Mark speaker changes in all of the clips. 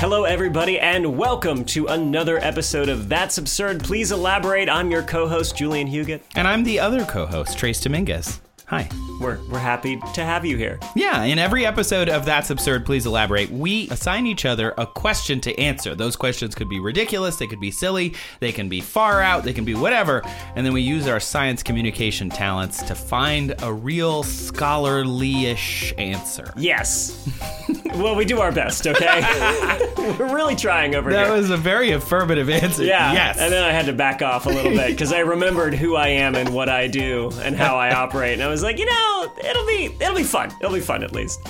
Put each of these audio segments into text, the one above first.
Speaker 1: Hello, everybody, and welcome to another episode of That's Absurd. Please elaborate. I'm your co host, Julian Huguet.
Speaker 2: And I'm the other co host, Trace Dominguez. Hi.
Speaker 1: We're, we're happy to have you here.
Speaker 2: Yeah, in every episode of That's Absurd, Please Elaborate, we assign each other a question to answer. Those questions could be ridiculous, they could be silly, they can be far out, they can be whatever. And then we use our science communication talents to find a real scholarly ish answer.
Speaker 1: Yes. well, we do our best, okay? we're really trying over
Speaker 2: That
Speaker 1: here.
Speaker 2: was a very affirmative answer.
Speaker 1: yeah.
Speaker 2: Yes.
Speaker 1: And then I had to back off a little bit because I remembered who I am and what I do and how I operate. And I was like, you know, it'll be it'll be fun. It'll be fun at least.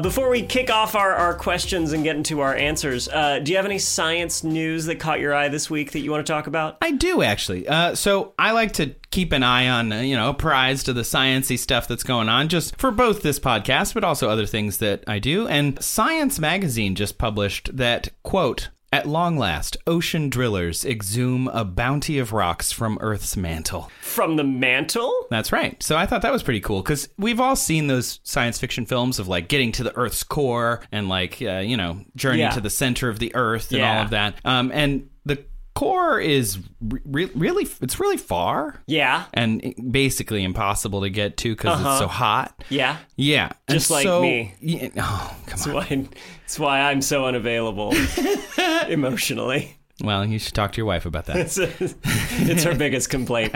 Speaker 1: Before we kick off our, our questions and get into our answers, uh, do you have any science news that caught your eye this week that you want to talk about?
Speaker 2: I do actually. Uh, so I like to keep an eye on, uh, you know, apprised of the sciency stuff that's going on, just for both this podcast, but also other things that I do. And Science Magazine just published that quote. At long last, ocean drillers exhume a bounty of rocks from Earth's mantle.
Speaker 1: From the mantle?
Speaker 2: That's right. So I thought that was pretty cool because we've all seen those science fiction films of like getting to the Earth's core and like, uh, you know, journey
Speaker 1: Yeah.
Speaker 2: to the center of the Earth and
Speaker 1: Yeah.
Speaker 2: all of that. Um, and the core is re- really, it's really far
Speaker 1: Yeah.
Speaker 2: and it- basically impossible to get to because it's so hot.
Speaker 1: Yeah.
Speaker 2: Yeah. And
Speaker 1: Uh-huh. Just like
Speaker 2: so-
Speaker 1: me.
Speaker 2: Yeah, oh, come on.
Speaker 1: That's why, that's why I'm so unavailable emotionally.
Speaker 2: Well, you should talk to your wife about that.
Speaker 1: It's, it's her biggest complaint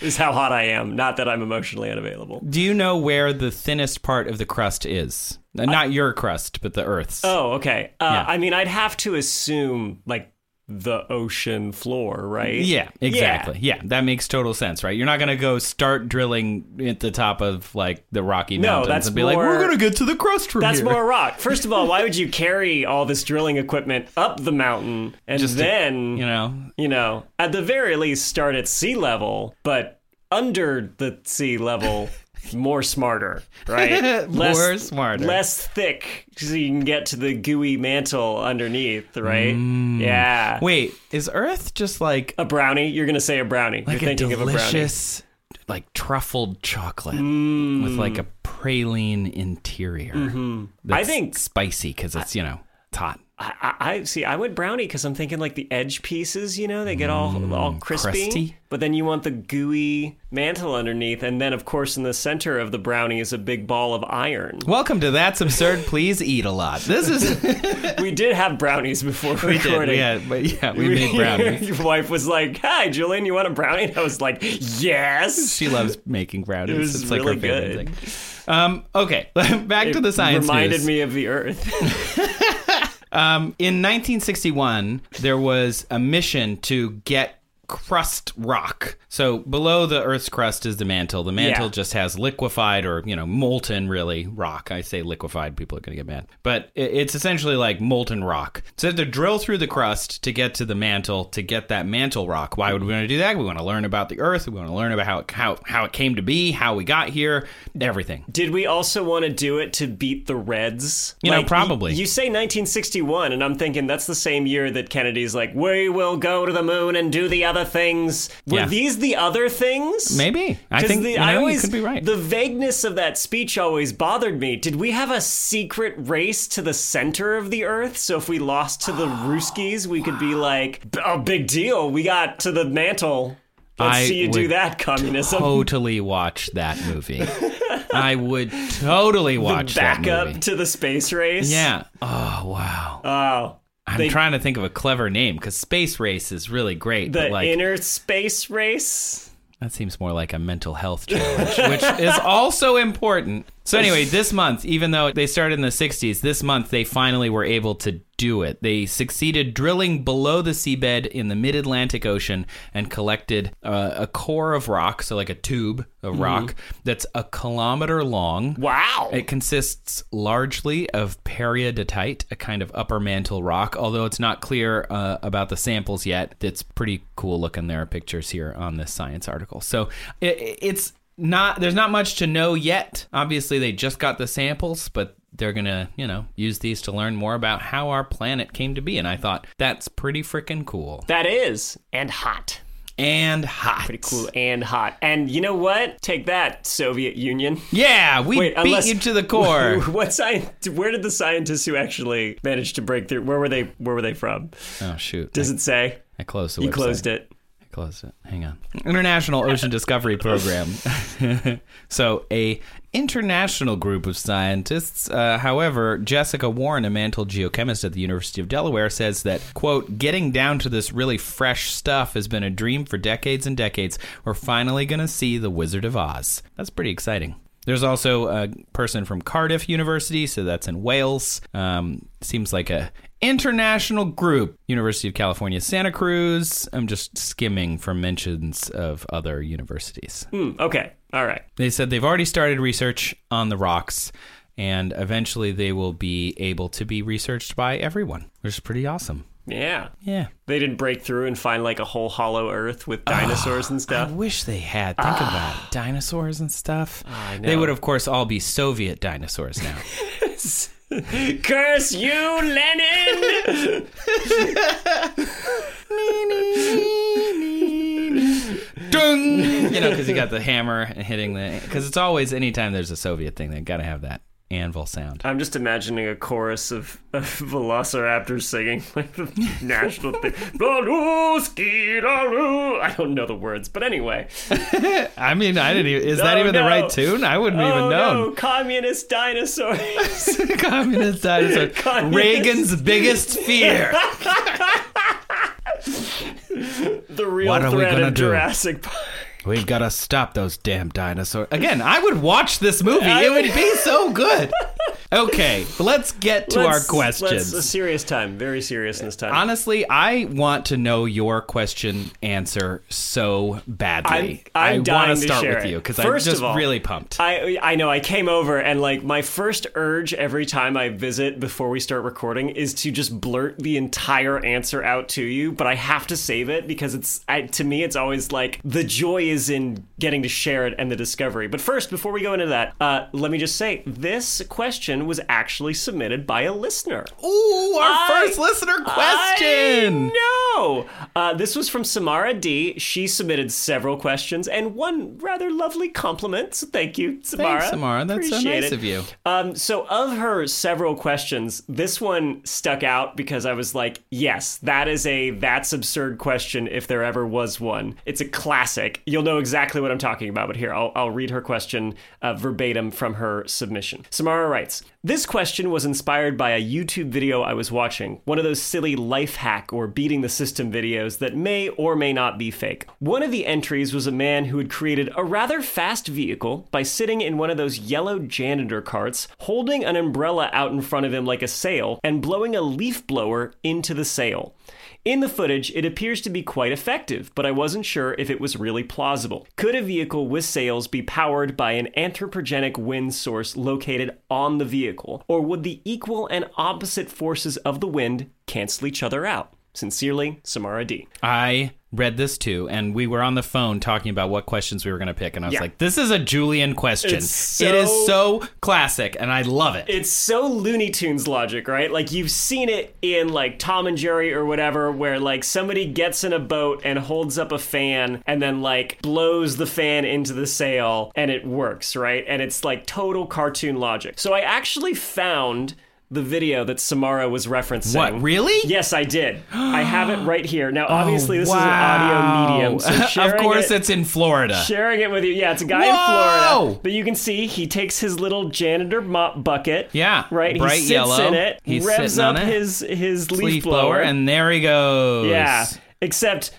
Speaker 1: is how hot I am. Not that I'm emotionally unavailable.
Speaker 2: Do you know where the thinnest part of the crust is? Uh, Not your crust, but the Earth's.
Speaker 1: Oh, okay. Uh,
Speaker 2: Yeah.
Speaker 1: I mean, I'd have to assume like the ocean floor, right?
Speaker 2: Yeah, exactly. Yeah. that makes total sense, right? You're not gonna go start drilling at the top of like the Rocky
Speaker 1: No,
Speaker 2: Mountains
Speaker 1: that's
Speaker 2: and be like,
Speaker 1: more-
Speaker 2: "We're gonna get to the crust from
Speaker 1: That's
Speaker 2: here."
Speaker 1: more rock. First of all, why would you carry all this drilling equipment up the mountain and
Speaker 2: Just to-
Speaker 1: then
Speaker 2: you know,
Speaker 1: you know, at the very least, start at sea level, but under the sea level, more smarter, right?
Speaker 2: More smarter.
Speaker 1: less thick, so you can get to the gooey mantle underneath, right?
Speaker 2: Mm.
Speaker 1: Yeah.
Speaker 2: wait, is Earth just like,
Speaker 1: A brownie? You're gonna say a brownie?
Speaker 2: like
Speaker 1: Oh, You're
Speaker 2: a
Speaker 1: thinking
Speaker 2: delicious, like truffled chocolate with like a praline interior?
Speaker 1: of a brownie. Mm. Mm-hmm. I
Speaker 2: That's
Speaker 1: think
Speaker 2: spicy because it's you know it's hot,
Speaker 1: I, I I- see. I went brownie because I'm thinking like the edge pieces, you know, they get all all crispy.
Speaker 2: Mm, crusty.
Speaker 1: But then you want the gooey mantle underneath, and then of course in the center of the brownie is a big ball of iron.
Speaker 2: Welcome to That's Absurd. Please eat a lot. This is
Speaker 1: we did have brownies before
Speaker 2: we
Speaker 1: recording.
Speaker 2: did, yeah, but yeah, we made brownies.
Speaker 1: Your wife was like, "Hi, Julian, you want a brownie?" And I was like, "Yes."
Speaker 2: She loves making brownies.
Speaker 1: was
Speaker 2: it's like
Speaker 1: really
Speaker 2: her favorite
Speaker 1: good.
Speaker 2: thing. Um, okay, back to the science
Speaker 1: reminded
Speaker 2: news.
Speaker 1: me of the Earth.
Speaker 2: Um, in 1961, there was a mission to get crust rock. So below the Earth's crust is the mantle. The mantle
Speaker 1: Yeah.
Speaker 2: just has liquefied or, you know, molten really rock. I say liquefied, people are going to get mad. But i- it's essentially like molten rock. So they have to drill through the crust to get to the mantle to get that mantle rock. Why would we want to do that? We want to learn about the Earth. We want to learn about how it, how, how it came to be, how we got here, everything.
Speaker 1: Did we also want to do it to beat the Reds?
Speaker 2: You know, probably.
Speaker 1: y- You, say 1961, and I'm thinking that's the same year that Kennedy's like, "We will go to the moon and do the other things." Were
Speaker 2: Yeah.
Speaker 1: these the other things?
Speaker 2: Maybe. I
Speaker 1: 'Cause
Speaker 2: think
Speaker 1: the-
Speaker 2: you, know,
Speaker 1: I
Speaker 2: you
Speaker 1: always
Speaker 2: could be right.
Speaker 1: The vagueness of that speech always bothered me. Did we have a secret race to the center of the Earth? So if we lost to the Ruskies, we could be like, "B- "Oh, big deal! We got to the mantle." Let's
Speaker 2: I
Speaker 1: see you do
Speaker 2: would
Speaker 1: that, communism.
Speaker 2: totally watch that movie. I would totally watch
Speaker 1: Back
Speaker 2: that
Speaker 1: up
Speaker 2: movie.
Speaker 1: to the space race.
Speaker 2: Yeah. Oh wow.
Speaker 1: Oh,
Speaker 2: I'm trying to think of a clever name because Space Race is really great,
Speaker 1: the
Speaker 2: but like
Speaker 1: inner space race.
Speaker 2: that seems more like a mental health challenge, which is also important. So anyway, this month, even though they started in the 60s, this month they finally were able to do it. They succeeded drilling below the seabed in the mid-Atlantic Ocean and collected uh, a core of rock, so like a tube of rock that's a kilometer long.
Speaker 1: Wow.
Speaker 2: It consists largely of periodotite, a kind of upper mantle rock, although it's not clear uh, about the samples yet. It's pretty cool looking. There are pictures here on this science article. So it, it's not, there's not much to know yet. Obviously, they just got the samples, but they're going to, you know, use these to learn more about how our planet came to be. And I thought, that's pretty freaking cool.
Speaker 1: That is and hot.
Speaker 2: and hot.
Speaker 1: Pretty cool and hot. And you know what? Take that, Soviet Union.
Speaker 2: Yeah, we
Speaker 1: Wait,
Speaker 2: beat
Speaker 1: unless-
Speaker 2: you to the core.
Speaker 1: What sci- Where did the scientists who actually managed to break through? Where were they? Where were they from?
Speaker 2: oh shoot!
Speaker 1: Does it say?
Speaker 2: I closed the
Speaker 1: You
Speaker 2: website.
Speaker 1: closed it.
Speaker 2: I closed it. Hang on. International Ocean Discovery Program. so a international group of scientists. Uh, however, Jessica Warren, a mantle geochemist at the University of Delaware, says that quote Getting down to this really fresh stuff has been a dream for decades and decades. We're finally going to see the Wizard of Oz. That's pretty exciting. There's also a person from Cardiff University, so that's in Wales. Um, seems like a international group. University of California, Santa Cruz. I'm just skimming from mentions of other universities.
Speaker 1: Hmm, okay. All right.
Speaker 2: They said they've already started research on the rocks, and eventually they will be able to be researched by everyone, which is pretty awesome.
Speaker 1: Yeah.
Speaker 2: Yeah.
Speaker 1: They didn't break through and find like a whole hollow Earth with
Speaker 2: Ah.
Speaker 1: dinosaurs and
Speaker 2: I
Speaker 1: stuff.
Speaker 2: wish they had. Think about it. dinosaurs and stuff.
Speaker 1: Ah. I
Speaker 2: They
Speaker 1: know.
Speaker 2: would, of course, all be Soviet dinosaurs now.
Speaker 1: Curse you, Lenin!
Speaker 2: Dung! You know, because you got the hammer and hitting the. Because it's always anytime there's a Soviet thing, they got to have that anvil sound.
Speaker 1: I'm just imagining a chorus of, of velociraptors singing like the national thing. Baluski, lalu. I don't know the words, but anyway.
Speaker 2: I mean, I didn't. Even, is that
Speaker 1: Oh,
Speaker 2: even the
Speaker 1: no.
Speaker 2: right tune? I wouldn't even
Speaker 1: oh
Speaker 2: know.
Speaker 1: no, communist dinosaurs!
Speaker 2: Communist dinosaur.
Speaker 1: Communist.
Speaker 2: Reagan's biggest fear.
Speaker 1: the real
Speaker 2: What are we
Speaker 1: threat
Speaker 2: gonna
Speaker 1: of
Speaker 2: do?
Speaker 1: Jurassic Park.
Speaker 2: We've got to stop those damn dinosaurs. Again, I would watch this movie. It would be so good. Okay, let's get to our
Speaker 1: Let's-
Speaker 2: questions.
Speaker 1: Let's, a serious time, very serious in this time.
Speaker 2: Honestly, I want to know your question answer so badly.
Speaker 1: I'm- I'm
Speaker 2: I
Speaker 1: dying
Speaker 2: wanna
Speaker 1: to
Speaker 2: start
Speaker 1: share
Speaker 2: with
Speaker 1: it.
Speaker 2: you because I'm
Speaker 1: First of
Speaker 2: just
Speaker 1: all,
Speaker 2: really pumped.
Speaker 1: I I know I came over and like my first urge every time I visit before we start recording is to just blurt the entire answer out to you, but I have to save it because it's I, to me it's always like the joy is in getting to share it and the discovery. But first, before we go into that, uh, let me just say this question was actually submitted by a listener.
Speaker 2: Ooh, our
Speaker 1: I-
Speaker 2: first listener question.
Speaker 1: No, uh, this was from Samara D. She submitted several questions and one rather lovely compliment. So thank you, Samara.
Speaker 2: Thanks, Samara. That's so
Speaker 1: Appreciate
Speaker 2: nice
Speaker 1: it.
Speaker 2: of you.
Speaker 1: Um, so of her several questions, this one stuck out because I was like, yes, that is a that's absurd question if there ever was one. It's a classic. You'll know exactly what I'm talking about, but here, I'll, I'll read her question uh, verbatim from her submission. Samara writes, this question was inspired by a YouTube video I was watching, one of those silly life hack or beating the system videos that may or may not be fake. One of the entries was a man who had created a rather fast vehicle by sitting in one of those yellow janitor carts, holding an umbrella out in front of him like a sail, and blowing a leaf blower into the sail. In the footage, it appears to be quite effective, but I wasn't sure if it was really plausible. Could a vehicle with sails be powered by an anthropogenic wind source located on the vehicle, or would the equal and opposite forces of the wind cancel each other out? Sincerely, Samara D.
Speaker 2: I read this too, and we were on the phone talking about what questions we were going to pick, and I was
Speaker 1: Yeah.
Speaker 2: like, "This is a Julian question.
Speaker 1: It's so-
Speaker 2: It is so classic, and I love it."
Speaker 1: It's so Looney Tunes logic, right? Like you've seen it in like Tom and Jerry or whatever, where like somebody gets in a boat and holds up a fan and then like blows the fan into the sail and it works, right? And it's like total cartoon logic. So I actually found the video that Samara was referencing.
Speaker 2: what really?
Speaker 1: Yes, I did. I have it right here. Now, obviously, this
Speaker 2: Oh, Wow.
Speaker 1: is an audio medium. So
Speaker 2: of
Speaker 1: sharing
Speaker 2: course,
Speaker 1: it-
Speaker 2: it's in Florida.
Speaker 1: sharing it with you. Yeah, it's a guy
Speaker 2: Whoa!
Speaker 1: in Florida. But you can see he takes his little janitor mop bucket.
Speaker 2: Yeah,
Speaker 1: Right?
Speaker 2: bright
Speaker 1: he sits
Speaker 2: yellow.
Speaker 1: in it,
Speaker 2: He's
Speaker 1: revs
Speaker 2: sitting on
Speaker 1: up
Speaker 2: it.
Speaker 1: his his leaf,
Speaker 2: leaf blower, and there he goes.
Speaker 1: Yeah. Except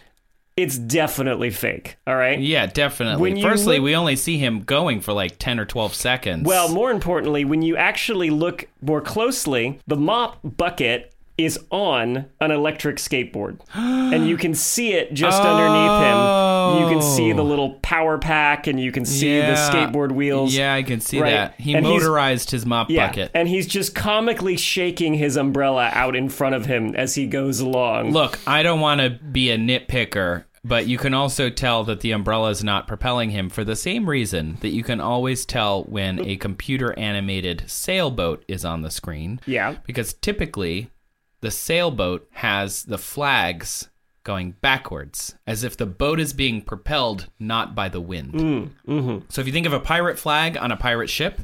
Speaker 1: it's definitely fake. All right?
Speaker 2: Yeah, definitely.
Speaker 1: When you
Speaker 2: Firstly,
Speaker 1: look-
Speaker 2: we only see him going for like 10 or 12 seconds.
Speaker 1: Well, more importantly, when you actually look more closely, the mop bucket is on an electric skateboard. and you can see it just underneath him. You can see the
Speaker 2: Oh.
Speaker 1: little power pack and you can see the
Speaker 2: Yeah.
Speaker 1: skateboard wheels.
Speaker 2: Yeah, I can see
Speaker 1: right?
Speaker 2: that. He
Speaker 1: And he's-
Speaker 2: motorized his mop bucket.
Speaker 1: And he's just comically shaking his umbrella out in front of him as he goes along.
Speaker 2: Look, I don't want to be a nitpicker, but you can also tell that the umbrella is not propelling him for the same reason that you can always tell when a computer animated sailboat is on the screen.
Speaker 1: Yeah.
Speaker 2: Because typically, the sailboat has the flags going backwards, as if the boat is being propelled not by the wind. So if you think of a pirate flag on a pirate ship,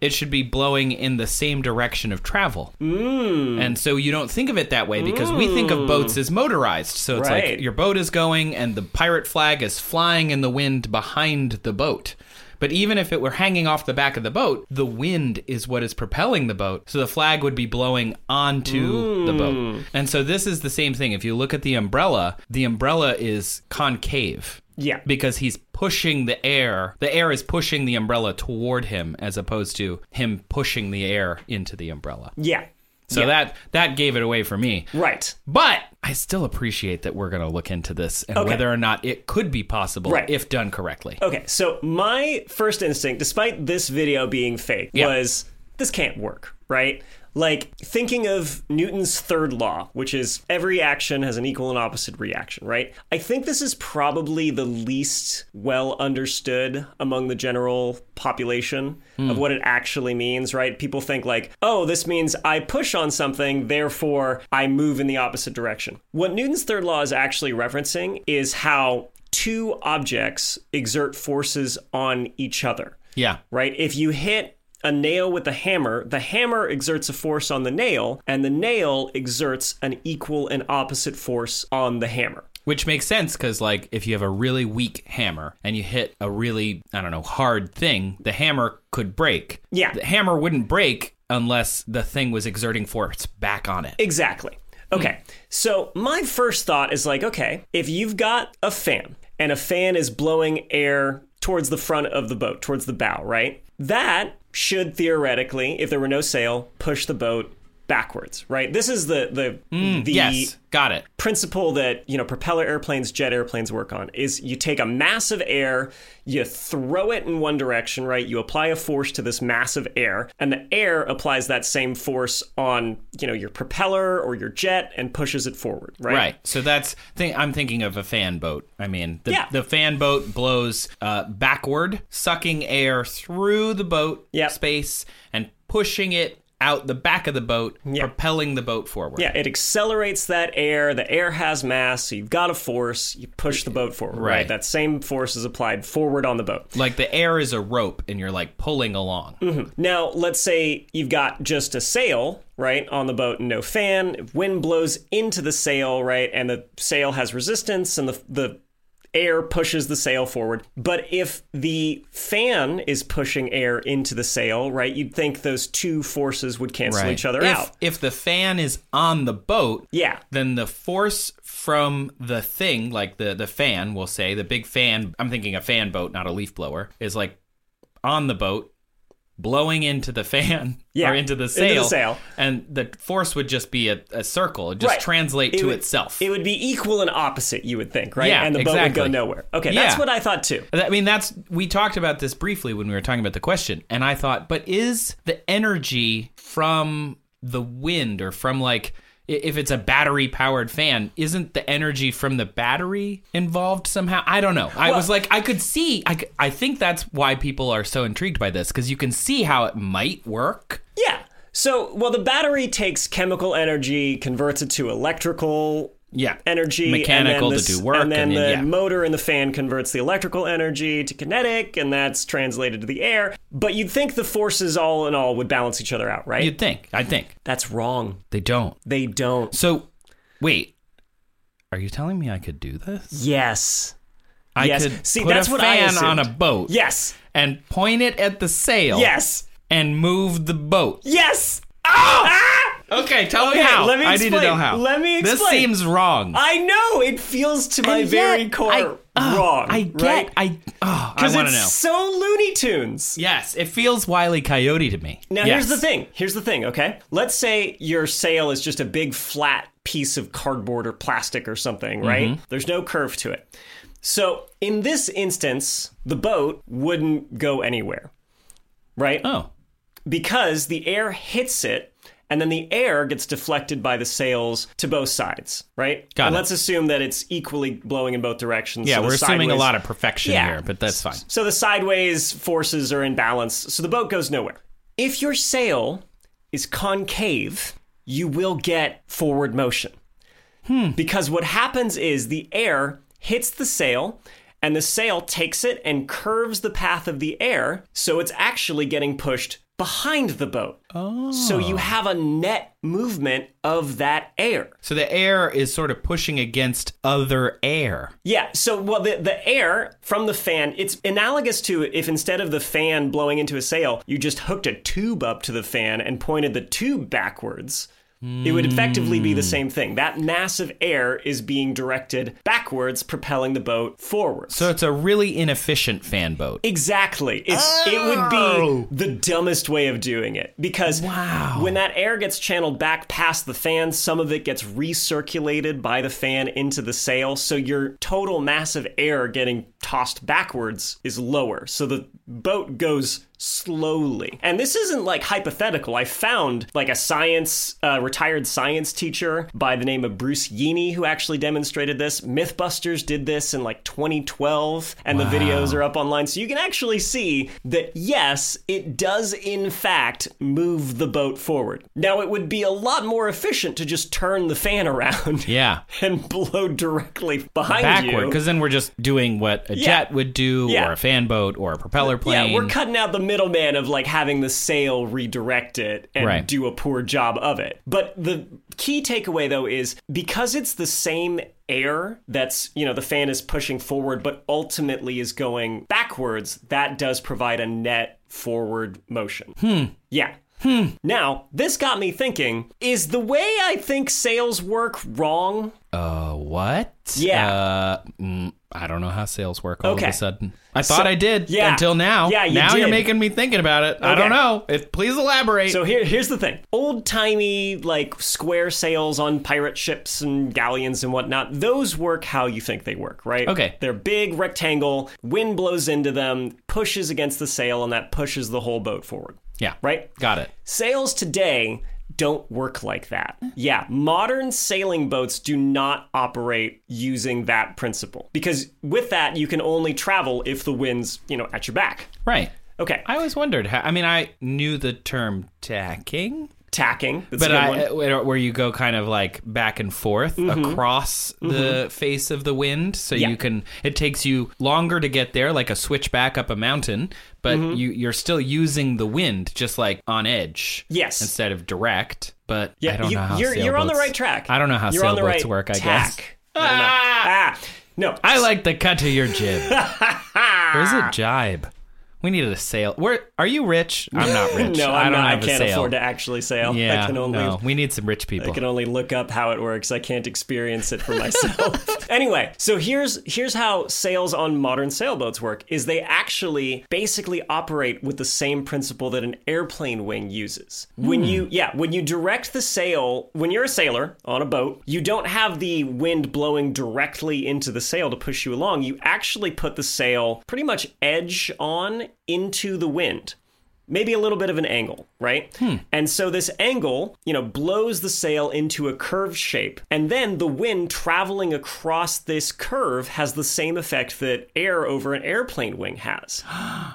Speaker 2: it should be blowing in the same direction of travel. And so you don't think of it that way because we think of boats as motorized. So it's
Speaker 1: Right.
Speaker 2: like your boat is going and the pirate flag is flying in the wind behind the boat. But even if it were hanging off the back of the boat, the wind is what is propelling the boat. So the flag would be blowing onto the boat. And so this is the same thing. If you look at the umbrella, the umbrella is concave
Speaker 1: Yeah.
Speaker 2: because he's pushing the air. The air is pushing the umbrella toward him as opposed to him pushing the air into the umbrella.
Speaker 1: Yeah.
Speaker 2: So that that gave it away for me.
Speaker 1: Right.
Speaker 2: But I still appreciate that we're going to look into this and
Speaker 1: Okay.
Speaker 2: whether or not it could be possible
Speaker 1: Right.
Speaker 2: if done correctly.
Speaker 1: Okay, so my first instinct, despite this video being fake,
Speaker 2: Yeah.
Speaker 1: was this can't work, right? Like thinking of Newton's third law, which is every action has an equal and opposite reaction, right? I think this is probably the least well understood among the general population of what it actually means, right? People think like, oh, this means I push on something, therefore I move in the opposite direction. What Newton's third law is actually referencing is how two objects exert forces on each other,
Speaker 2: Yeah.
Speaker 1: right? If you hit a nail with a hammer, the hammer exerts a force on the nail, and the nail exerts an equal and opposite force on the hammer.
Speaker 2: Which makes sense because, like, if you have a really weak hammer and you hit a really, I don't know, hard thing, the hammer could break.
Speaker 1: Yeah.
Speaker 2: The hammer wouldn't break unless the thing was exerting force back on it.
Speaker 1: Exactly. Okay. So my first thought is like, okay, if you've got a fan and a fan is blowing air towards the front of the boat, towards the bow, right? That should theoretically, if there were no sail, push the boat backwards, right? This is the the the
Speaker 2: yes. Got it.
Speaker 1: principle that you know propeller airplanes jet airplanes work on is you take a mass of air you throw it in one direction right you apply a force to this mass of air and the air applies that same force on you know your propeller or your jet and pushes it forward right
Speaker 2: Right. So that's thing. I'm thinking of a fan boat. I mean, the,
Speaker 1: Yeah.
Speaker 2: the fan boat blows uh, backward, sucking air through the boat
Speaker 1: Yep.
Speaker 2: space and pushing it out the back of the boat, propelling the boat forward.
Speaker 1: yeah it accelerates that air the air has mass so you've got a force you push the boat forward right,
Speaker 2: Right.
Speaker 1: that same force is applied forward on the boat
Speaker 2: Like the air is a rope, and you're like pulling along.
Speaker 1: Mm-hmm. Now, let's say you've got just a sail, right, on the boat and no fan. If Wind blows into the sail, right, and the sail has resistance and the the air pushes the sail forward. But if the fan is pushing air into the sail, right, you'd think those two forces would cancel each other
Speaker 2: if,
Speaker 1: out.
Speaker 2: If the fan is on the boat,
Speaker 1: Yeah.
Speaker 2: then the force from the thing, like the the fan, we'll say the big fan. I'm thinking a fan boat, not a leaf blower, is like on the boat, blowing into the fan
Speaker 1: Yeah,
Speaker 2: or into the
Speaker 1: into the
Speaker 2: sail,
Speaker 1: sail.
Speaker 2: and the force would just be a, a circle. It'd just
Speaker 1: Right.
Speaker 2: translate
Speaker 1: It
Speaker 2: to
Speaker 1: would-
Speaker 2: itself.
Speaker 1: It would be equal and opposite, you would think, right?
Speaker 2: Yeah,
Speaker 1: and the boat would go
Speaker 2: exactly.
Speaker 1: nowhere. Okay,
Speaker 2: Yeah.
Speaker 1: that's what I thought too.
Speaker 2: I mean, that's we talked about this briefly when we were talking about the question, and I thought, but is the energy from the wind or from like i- if it's a battery powered fan, isn't the energy from the battery involved somehow? I don't know. I was like, I could see, I, c- I think that's why people are so intrigued by this because you can see how it might work.
Speaker 1: Yeah. So, well, the battery takes chemical energy, converts it to electrical
Speaker 2: Yeah,
Speaker 1: energy
Speaker 2: mechanical
Speaker 1: and then this-
Speaker 2: to do work,
Speaker 1: and then
Speaker 2: and
Speaker 1: the
Speaker 2: then- yeah.
Speaker 1: motor in the fan converts the electrical energy to kinetic and that's translated to the air but you'd think the forces all in all would balance each other out right
Speaker 2: You'd think. I think
Speaker 1: that's wrong
Speaker 2: they don't.
Speaker 1: they don't
Speaker 2: So, wait. Are you telling me I could do this?
Speaker 1: yes
Speaker 2: I
Speaker 1: Yes.
Speaker 2: could
Speaker 1: See,
Speaker 2: put
Speaker 1: that's
Speaker 2: a
Speaker 1: what I
Speaker 2: fan on a
Speaker 1: assumed.
Speaker 2: boat.
Speaker 1: yes
Speaker 2: and point it at the sail
Speaker 1: yes
Speaker 2: and move the boat.
Speaker 1: yes
Speaker 2: Okay, tell
Speaker 1: Okay,
Speaker 2: me how.
Speaker 1: let me
Speaker 2: I need to know
Speaker 1: explain.
Speaker 2: how.
Speaker 1: Let me
Speaker 2: This
Speaker 1: explain.
Speaker 2: seems wrong.
Speaker 1: i know it feels to my
Speaker 2: And yet,
Speaker 1: very core
Speaker 2: I- oh,
Speaker 1: wrong
Speaker 2: I get.
Speaker 1: right?
Speaker 2: I. Oh, I
Speaker 1: because
Speaker 2: want
Speaker 1: it's
Speaker 2: to know.
Speaker 1: so Looney Tunes.
Speaker 2: Yes, it feels wily coyote to me.
Speaker 1: Now, here's
Speaker 2: Yes.
Speaker 1: the thing. Here's the thing, okay? Let's say your sail is just a big flat piece of cardboard or plastic or something, right?
Speaker 2: Mm-hmm.
Speaker 1: There's no curve to it. So, in this instance, the boat wouldn't go anywhere, right?
Speaker 2: Oh,
Speaker 1: Because the air hits it and then the air gets deflected by the sails to both sides, right?
Speaker 2: Got
Speaker 1: and
Speaker 2: it.
Speaker 1: let's assume that it's equally blowing in both directions.
Speaker 2: yeah,
Speaker 1: so the
Speaker 2: we're assuming a
Speaker 1: sideways-
Speaker 2: lot of perfection
Speaker 1: Yeah.
Speaker 2: here, but that's fine.
Speaker 1: so the sideways forces are in balance, so the boat goes nowhere. If your sail is concave, you will get forward motion. Because what happens is the air hits the sail, and the sail takes it and curves the path of the air, so it's actually getting pushed behind the boat. Oh. So you have a net movement of that air.
Speaker 2: So the air is sort of pushing against other air.
Speaker 1: Yeah. So, well, the, the air from the fan, it's analogous to if instead of the fan blowing into a sail, you just hooked a tube up to the fan and pointed the tube backwards. It would effectively be the same thing. That mass of air is being directed backwards, propelling the boat forward.
Speaker 2: So it's a really inefficient fan boat.
Speaker 1: Exactly. It's, It would be the dumbest way of doing it because
Speaker 2: Wow.
Speaker 1: when that air gets channeled back past the fan, some of it gets recirculated by the fan into the sail. So your total mass of air getting tossed backwards is lower. So the boat goes slowly. And this isn't like hypothetical. I found like a science, uh, retired science teacher by the name of Bruce Yeaney who actually demonstrated this. Mythbusters did this in like 2012, and the videos are up online. So you can actually see that, yes, it does in fact move the boat forward. Now, it would be a lot more efficient to just turn the fan around.
Speaker 2: Yeah.
Speaker 1: And blow directly behind
Speaker 2: Backward,
Speaker 1: you.
Speaker 2: because then we're just doing what a jet would do,
Speaker 1: Yeah.
Speaker 2: or a fan boat, or a propeller plane.
Speaker 1: Yeah, we're cutting out the middleman of like having the sail redirect it and
Speaker 2: Right.
Speaker 1: do a poor job of it. But the key takeaway though is because it's the same air that's, you know, the fan is pushing forward but ultimately is going backwards, that does provide a net forward motion. Yeah. Now, this got me thinking, is the way I think sails work wrong?
Speaker 2: Uh, what?
Speaker 1: Yeah.
Speaker 2: Uh, mm, I don't know how sales work all
Speaker 1: Okay.
Speaker 2: of a sudden. I thought I did
Speaker 1: yeah.
Speaker 2: until now.
Speaker 1: Yeah, you
Speaker 2: now you're
Speaker 1: did.
Speaker 2: making me thinking about it. I don't
Speaker 1: Okay.
Speaker 2: know. If, please elaborate.
Speaker 1: So here, here's the thing: old timey, like square sails on pirate ships and galleons and whatnot. Those work how you think they work, right?
Speaker 2: Okay.
Speaker 1: They're big rectangle. Wind blows into them, pushes against the sail, and that pushes the whole boat forward.
Speaker 2: yeah.
Speaker 1: Right.
Speaker 2: Got it.
Speaker 1: Sails today don't work like that. Yeah, modern sailing boats do not operate using that principle because with that you can only travel if the wind's, you know, at your back.
Speaker 2: Right.
Speaker 1: Okay.
Speaker 2: I always wondered. How, I mean, I knew the term tacking,
Speaker 1: Tacking. That's
Speaker 2: but
Speaker 1: a good
Speaker 2: I uh,
Speaker 1: one. Mm-hmm.
Speaker 2: where where you go kind of like back and forth across the face of the wind, so
Speaker 1: Yeah.
Speaker 2: you can. It takes you longer to get there, like a switchback up a mountain, but
Speaker 1: Mm-hmm.
Speaker 2: you you're still using the wind, just like on edge.
Speaker 1: Yes.
Speaker 2: instead of direct. But
Speaker 1: Yeah,
Speaker 2: I don't
Speaker 1: you,
Speaker 2: know how
Speaker 1: you're, you're on the
Speaker 2: sailboats-
Speaker 1: right track.
Speaker 2: I don't know how
Speaker 1: you're on the
Speaker 2: sailboats
Speaker 1: right
Speaker 2: work. I
Speaker 1: tack.
Speaker 2: guess
Speaker 1: I don't know. Ah! no.
Speaker 2: I like the cut of your jib. Where's a jibe? We needed a sail. Where are you rich? I'm not rich.
Speaker 1: no, I'm
Speaker 2: I don't
Speaker 1: not. I
Speaker 2: have a
Speaker 1: can't
Speaker 2: sail.
Speaker 1: afford to actually sail.
Speaker 2: Yeah,
Speaker 1: I can only
Speaker 2: no, we need some rich people.
Speaker 1: I can only look up how it works. I can't experience it for myself. anyway, so here's here's how sails on modern sailboats work is they actually basically operate with the same principle that an airplane wing uses. When you yeah, when you direct the sail, when you're a sailor on a boat, you don't have the wind blowing directly into the sail to push you along. You actually put the sail pretty much edge on into the wind maybe a little bit of an angle, right? And so this angle, you know, blows the sail into a curved shape. And then the wind traveling across this curve has the same effect that air over an airplane wing has.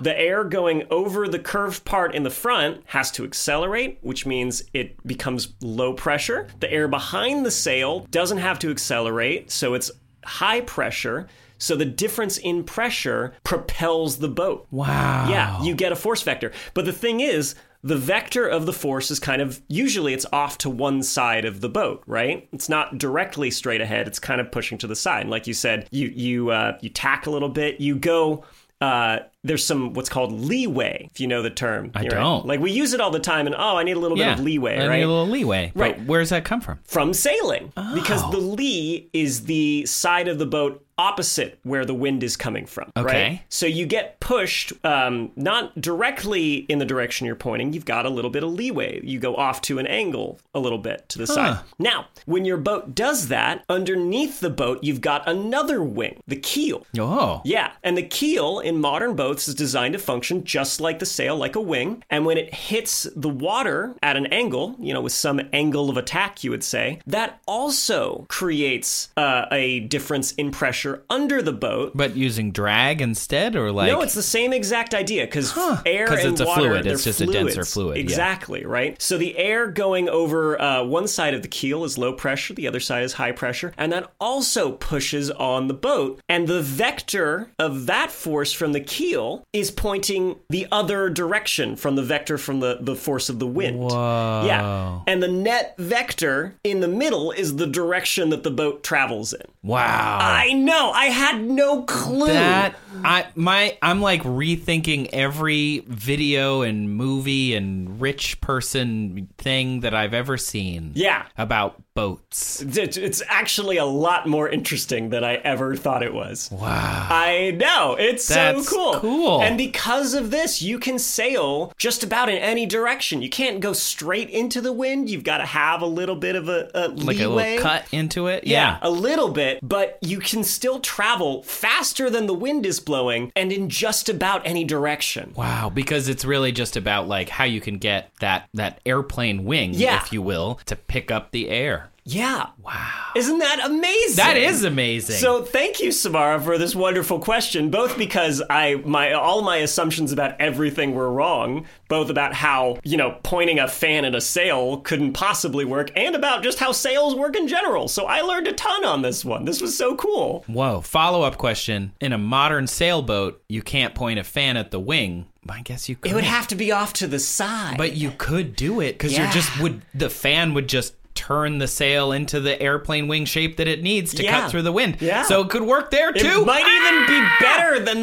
Speaker 1: the air going over the curved part in the front has to accelerate, which means it becomes low pressure. The air behind the sail doesn't have to accelerate, so it's high pressure. So the difference in pressure propels the boat.
Speaker 2: wow.
Speaker 1: Yeah, you get a force vector. But the thing is, the vector of the force is kind of usually it's off to one side of the boat, right? It's not directly straight ahead. It's kind of pushing to the side. And like you said, you you uh, you tack a little bit. You go. Uh, there's some what's called leeway, if you know the term. I
Speaker 2: don't.
Speaker 1: Like we use it all the time, and oh, I need a little
Speaker 2: yeah.
Speaker 1: bit of leeway,
Speaker 2: I need
Speaker 1: right?
Speaker 2: a little leeway. But
Speaker 1: Right.
Speaker 2: Where does that come from?
Speaker 1: from sailing because the lee is the side of the boat opposite where the wind is coming from right
Speaker 2: Okay.
Speaker 1: so you get pushed um, not directly in the direction you're pointing you've got a little bit of leeway you go off to an angle a little bit to the side now when your boat does that underneath the boat you've got another wing the keel
Speaker 2: Oh.
Speaker 1: yeah, and the keel in modern boats is designed to function just like the sail, like a wing. And when it hits the water at an angle, you know, with some angle of attack, you would say, that also creates uh, a difference in pressure structure under the boat.
Speaker 2: But using drag instead, or like
Speaker 1: no, it's the same exact idea because air
Speaker 2: 'Cause
Speaker 1: and
Speaker 2: it's a
Speaker 1: water,
Speaker 2: fluid,
Speaker 1: they're
Speaker 2: it's just a denser
Speaker 1: fluids.
Speaker 2: fluid, yeah.
Speaker 1: Exactly right. So the air going over uh, one side of the keel is low pressure, the other side is high pressure, and that also pushes on the boat. And the vector of that force from the keel is pointing the other direction from the vector from the the force of the wind.
Speaker 2: Whoa.
Speaker 1: Yeah, and the net vector in the middle is the direction that the boat travels in.
Speaker 2: wow.
Speaker 1: I know. I had no clue.
Speaker 2: that I my I'm like rethinking every video and movie and rich person thing that I've ever seen.
Speaker 1: Yeah.
Speaker 2: About boats.
Speaker 1: It- It's actually a lot more interesting than I ever thought it was.
Speaker 2: Wow.
Speaker 1: I know. It's
Speaker 2: That's
Speaker 1: so cool.
Speaker 2: cool.
Speaker 1: And because of this, you can sail just about in any direction. You can't go straight into the wind. You've got to have a little bit of a, a
Speaker 2: Like a
Speaker 1: leeway.
Speaker 2: little cut into it.
Speaker 1: Yeah, a little bit, but you can still travel faster than the wind is blowing and in just about any direction.
Speaker 2: Wow, because it's really just about like how you can get that that airplane wing,
Speaker 1: Yeah.
Speaker 2: if you will, to pick up the air.
Speaker 1: Yeah. Wow. Isn't that amazing?
Speaker 2: That is amazing.
Speaker 1: So thank you, Samara, for this wonderful question. Both because I my all my assumptions about everything were wrong, both about how you know pointing a fan at a sail couldn't possibly work, and about just how sails work in general. So I learned a ton on this one. This was so cool.
Speaker 2: Whoa, follow up question. In a modern sailboat, you can't point a fan at the wing. I guess you could.
Speaker 1: It would have to be off to the side.
Speaker 2: But you could do it because
Speaker 1: Yeah.
Speaker 2: you're just would the fan would just turn the sail into the airplane wing shape that it needs to
Speaker 1: Yeah.
Speaker 2: cut through the wind.
Speaker 1: Yeah.
Speaker 2: So it could work there
Speaker 1: it
Speaker 2: too. Ah!
Speaker 1: might even be better than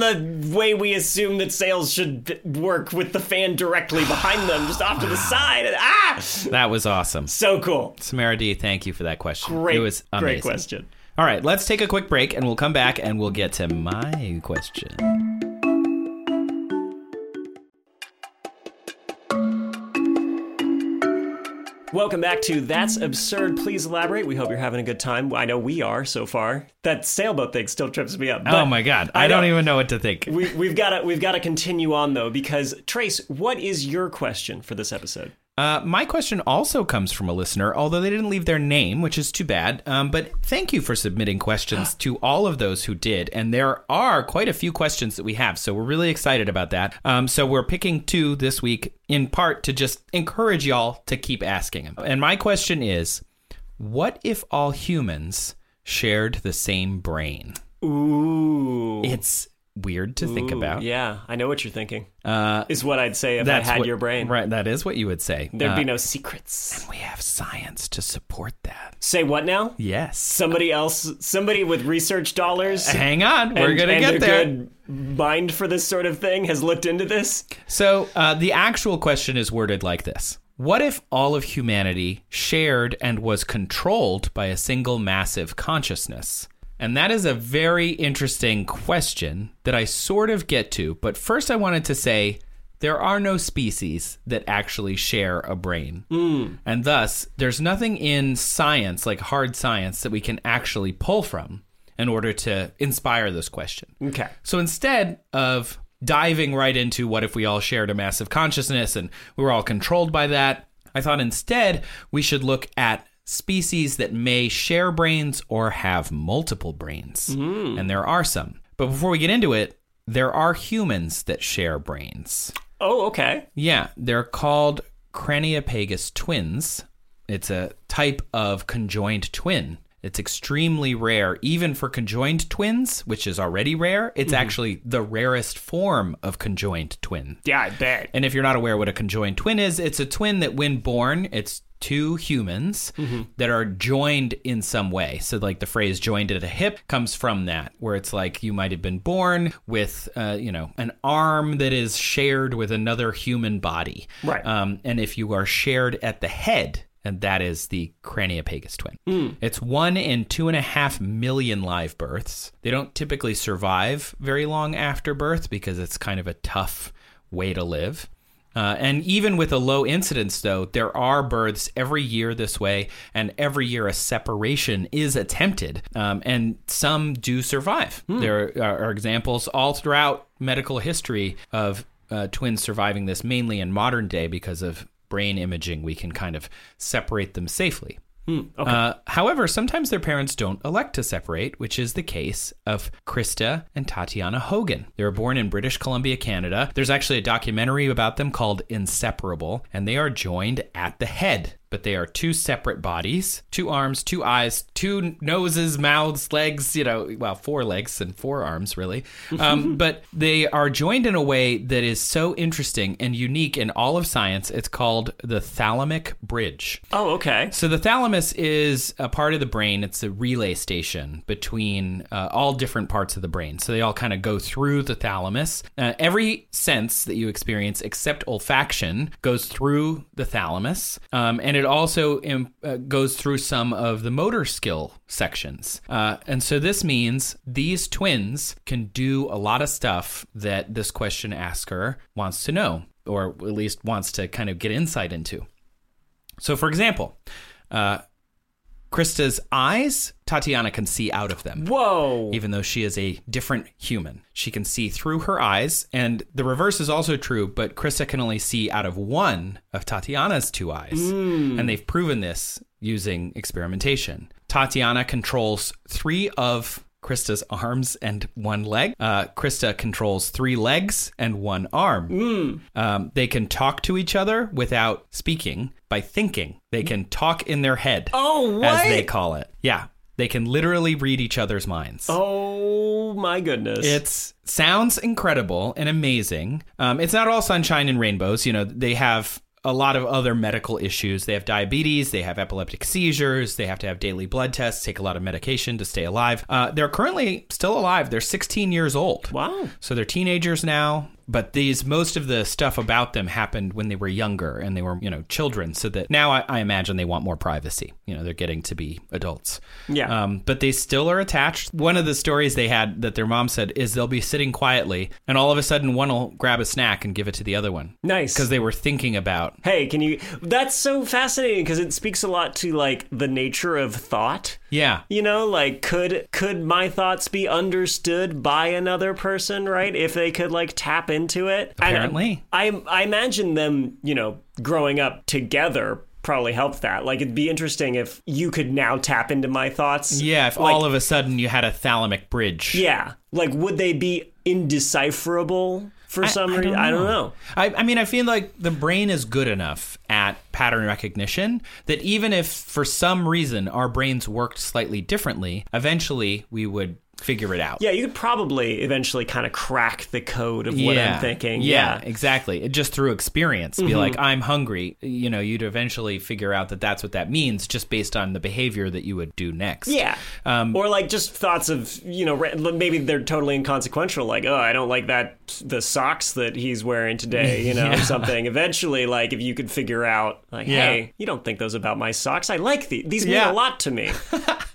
Speaker 1: the way we assume that sails should b- work with the fan directly behind them, just off to the side. Ah,
Speaker 2: that was awesome.
Speaker 1: so cool.
Speaker 2: Samara D, thank you for that question.
Speaker 1: Great,
Speaker 2: it was amazing.
Speaker 1: great question.
Speaker 2: All right, let's take a quick break and we'll come back and we'll get to my question.
Speaker 1: Welcome back to That's Absurd. Please elaborate. We hope you're having a good time. I know we are so far. That sailboat thing still trips me up.
Speaker 2: oh my god, I, don't even know what to think.
Speaker 1: We, we've got to we've got to continue on though because Trace, what is your question for this episode?
Speaker 2: Uh, my question also comes from a listener, although they didn't leave their name, which is too bad. Um, but thank you for submitting questions to all of those who did. And there are quite a few questions that we have. So we're really excited about that. Um, so we're picking two this week in part to just encourage y'all to keep asking them. And my question is what if all humans shared the same brain?
Speaker 1: Ooh,
Speaker 2: It's weird to think about.
Speaker 1: yeah, I know what you're thinking.
Speaker 2: Uh,
Speaker 1: Is what I'd say if I had
Speaker 2: what-
Speaker 1: your brain.
Speaker 2: Right. That is what you would say.
Speaker 1: There'd
Speaker 2: Uh,
Speaker 1: be no secrets.
Speaker 2: we have science to support that.
Speaker 1: Say what now?
Speaker 2: Yes.
Speaker 1: Somebody else, somebody with research dollars.
Speaker 2: Hang on, we're
Speaker 1: and-
Speaker 2: gonna
Speaker 1: and
Speaker 2: get
Speaker 1: a
Speaker 2: there.
Speaker 1: Good mind for this sort of thing has looked into this.
Speaker 2: So uh, the actual question is worded like this: What if all of humanity shared and was controlled by a single massive consciousness? And that is a very interesting question that I sort of get to. But first, I wanted to say there are no species that actually share a brain.
Speaker 1: Hmm.
Speaker 2: And thus, there's nothing in science, like hard science, that we can actually pull from in order to inspire this question.
Speaker 1: Okay.
Speaker 2: So instead of diving right into what if we all shared a massive consciousness and we were all controlled by that, I thought instead we should look at species that may share brains or have multiple brains. And there are some. But before we get into it, there are humans that share brains.
Speaker 1: Oh, okay.
Speaker 2: Yeah, they're called Craniopagus twins. It's a type of conjoined twin. It's extremely rare, even for conjoined twins, which is already rare. It's actually the rarest form of conjoined twin.
Speaker 1: Yeah, I bet.
Speaker 2: And if you're not aware what a conjoined twin is, it's a twin that when born, it's two humans that are joined in some way. So like the phrase joined at a hip comes from that where it's like you might have been born with uh, you know an arm that is shared with another human body.
Speaker 1: Right.
Speaker 2: Um, and if you are shared at the head, and that is the craniopagus twin. It's one in two and a half million live births. They don't typically survive very long after birth because it's kind of a tough way to live. Uh, and even with a low incidence, though, there are births every year this way, and every year a separation is attempted. Um, and some do survive. There are, are examples all throughout medical history of uh, twins surviving this mainly in modern day because of brain imaging, we can kind of separate them safely. Uh, however, sometimes their parents don't elect to separate, which is the case of Krista and Tatiana Hogan. They were born in British Columbia, Canada. There's actually a documentary about them called Inseparable, and they are joined at the head. But they are two separate bodies, two arms, two eyes, two noses, mouths, legs, you know, well, four legs and four arms, really. Um, but they are joined in a way that is so interesting and unique in all of science. It's called the thalamic bridge.
Speaker 1: Oh, okay.
Speaker 2: So the thalamus is a part of the brain. It's a relay station between uh, all different parts of the brain. So they all kind of go through the thalamus. Uh, every sense that you experience, except olfaction, goes through the thalamus, um, and it also im- uh, goes through some of the motor skill sections. Uh, and so this means these twins can do a lot of stuff that this question asker wants to know, or at least wants to kind of get insight into. So, for example, uh, Krista's eyes, Tatiana can see out of them.
Speaker 1: Whoa.
Speaker 2: Even though she is a different human, she can see through her eyes. And the reverse is also true, but Krista can only see out of one of Tatiana's two eyes. And they've proven this using experimentation. Tatiana controls three of Krista's arms and one leg. Uh, Krista controls three legs and one arm. Um, they can talk to each other without speaking by thinking. They can talk in their head
Speaker 1: Oh, what?
Speaker 2: as they call it. Yeah. They can literally read each other's minds.
Speaker 1: oh my goodness.
Speaker 2: It sounds incredible and amazing. Um, it's not all sunshine and rainbows. You know, they have a lot of other medical issues. They have diabetes, they have epileptic seizures, they have to have daily blood tests, take a lot of medication to stay alive. Uh, they're currently still alive. They're 16 years old.
Speaker 1: wow.
Speaker 2: So they're teenagers now, but these most of the stuff about them happened when they were younger and they were, you know, children. So that now I, I imagine they want more privacy. You know, they're getting to be adults.
Speaker 1: Yeah.
Speaker 2: Um, but they still are attached. One of the stories they had that their mom said is they'll be sitting quietly and all of a sudden one will grab a snack and give it to the other one
Speaker 1: Nice.
Speaker 2: because they were thinking about.
Speaker 1: Hey, can you? That's so fascinating because it speaks a lot to like the nature of thought.
Speaker 2: Yeah.
Speaker 1: You know, like could could my thoughts be understood by another person, right? If they could like tap into it. And
Speaker 2: Apparently.
Speaker 1: I I imagine them, you know, growing up together probably helped that. Like it'd be interesting if you could now tap into my thoughts.
Speaker 2: Yeah. If
Speaker 1: Like-
Speaker 2: all of a sudden you had a thalamic bridge.
Speaker 1: Yeah. Like would they be indecipherable for some
Speaker 2: I
Speaker 1: reason?
Speaker 2: don't
Speaker 1: I don't
Speaker 2: know.
Speaker 1: know.
Speaker 2: I, I mean, I feel like the brain is good enough at pattern recognition that even if for some reason our brains worked slightly differently, eventually we would figure it out.
Speaker 1: Yeah, you could probably eventually kind of crack the code of what I'm thinking.
Speaker 2: Yeah, exactly. It just through experience, be like, I'm hungry. You know, you'd eventually figure out that that's what that means just based on the behavior that you would do next.
Speaker 1: Yeah.
Speaker 2: Um,
Speaker 1: or like just thoughts of, you know, ra- maybe they're totally inconsequential. Like, oh, I don't like that, the socks that he's wearing today, you know, or something. Eventually, like, if you could figure out, like,
Speaker 2: Yeah.
Speaker 1: hey, you don't think those about my socks. I like these. These mean a
Speaker 2: Yeah.
Speaker 1: lot to me.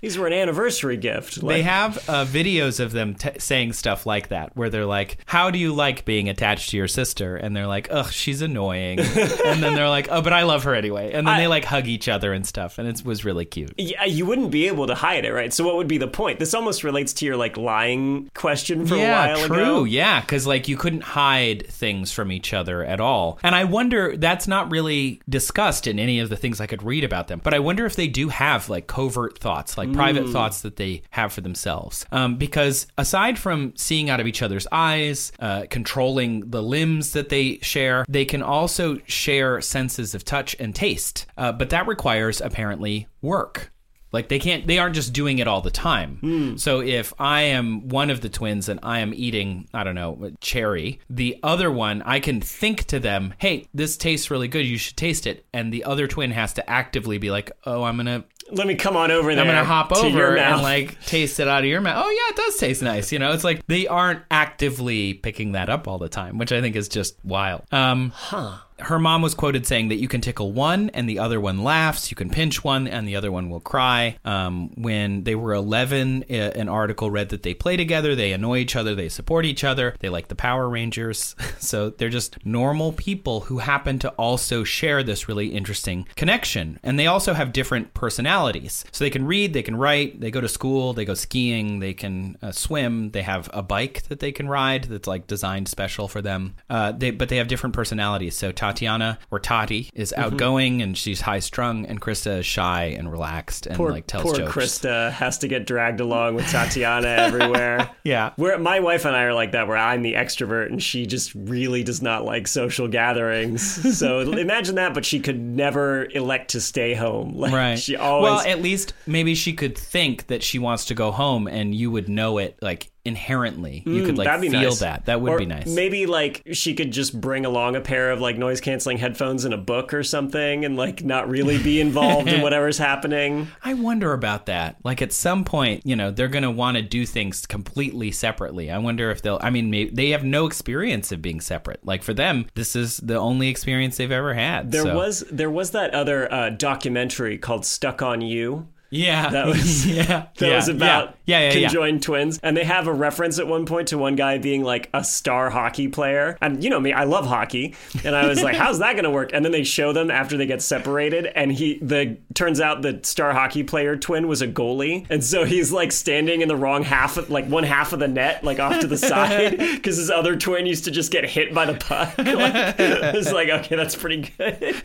Speaker 1: these were an anniversary gift. Like,
Speaker 2: They have uh, videos of them t- saying stuff like that, where they're like, "How do you like being attached to your sister?" And they're like, "Ugh, she's annoying." and then they're like, "Oh, but I love her anyway." And then they like hug each other and stuff, and it was really cute.
Speaker 1: yeah, you wouldn't be able to hide it, right? So what would be the point? This almost relates to your like lying question from a
Speaker 2: Yeah,
Speaker 1: while
Speaker 2: true.
Speaker 1: ago.
Speaker 2: Yeah, because like you couldn't hide things from each other at all. And I wonder that's not really discussed in any of the things I could read about them. But I wonder if they do have like covert thoughts, like
Speaker 1: Hmm.
Speaker 2: private thoughts that they have for themselves. Um, because aside from seeing out of each other's eyes, uh, controlling the limbs that they share, they can also share senses of touch and taste. Uh, but that requires apparently work. Like they can't, they aren't just doing it all the time. So if I am one of the twins and I am eating, I don't know, cherry, the other one, I can think to them, hey, this tastes really good. You should taste it. And the other twin has to actively be like, oh, I'm going to.
Speaker 1: Let me come on over there.
Speaker 2: I'm gonna hop
Speaker 1: to your
Speaker 2: over and
Speaker 1: mouth.
Speaker 2: like taste it out of your mouth. Oh yeah, it does taste nice. You know, it's like they aren't actively picking that up all the time, which I think is just wild. Um, her mom was quoted saying that you can tickle one and the other one laughs. You can pinch one and the other one will cry. Um, when they were 11, i- an article read that they play together, they annoy each other, they support each other, they like the Power Rangers. so they're just normal people who happen to also share this really interesting connection. And they also have different personalities. So they can read, they can write, they go to school, they go skiing, they can uh, swim, they have a bike that they can ride that's like designed special for them. Uh, they, but they have different personalities. So, Tatiana Tatiana or Tati is
Speaker 1: Mm-hmm.
Speaker 2: outgoing and she's high strung, and Krista is shy and relaxed and
Speaker 1: Poor,
Speaker 2: like tells
Speaker 1: poor
Speaker 2: jokes.
Speaker 1: Krista has to get dragged along with Tatiana everywhere.
Speaker 2: Yeah.
Speaker 1: Where my wife and I are like that, where I'm the extrovert and she just really does not like social gatherings. So imagine that, but she could never elect to stay home. Like
Speaker 2: Right.
Speaker 1: she always
Speaker 2: Well, at least maybe she could think that she wants to go home, and you would know it like inherently. you could like
Speaker 1: Mm, That'd be
Speaker 2: feel
Speaker 1: nice.
Speaker 2: that. That would
Speaker 1: Or
Speaker 2: be nice.
Speaker 1: Maybe like she could just bring along a pair of like noise canceling headphones and a book or something, and like not really be involved in whatever's happening.
Speaker 2: I wonder about that. Like at some point, you know, they're going to want to do things completely separately. I wonder if they'll I mean, may they have no experience of being separate. Like for them, this is the only experience they've ever had.
Speaker 1: There
Speaker 2: so-
Speaker 1: was there was that other uh, documentary called Stuck on You.
Speaker 2: Yeah.
Speaker 1: That was-
Speaker 2: yeah.
Speaker 1: That
Speaker 2: yeah,
Speaker 1: was about
Speaker 2: Yeah, yeah, yeah. yeah.
Speaker 1: conjoined twins, and they have a reference at one point to one guy being like a star hockey player. And you know me, I love hockey, and I was like, "How's that going to work?" And then they show them after they get separated, and he the turns out the star hockey player twin was a goalie, and so he's like standing in the wrong half, of, like one half of the net, like off to the side, because his other twin used to just get hit by the puck. like, it's like okay, that's pretty good.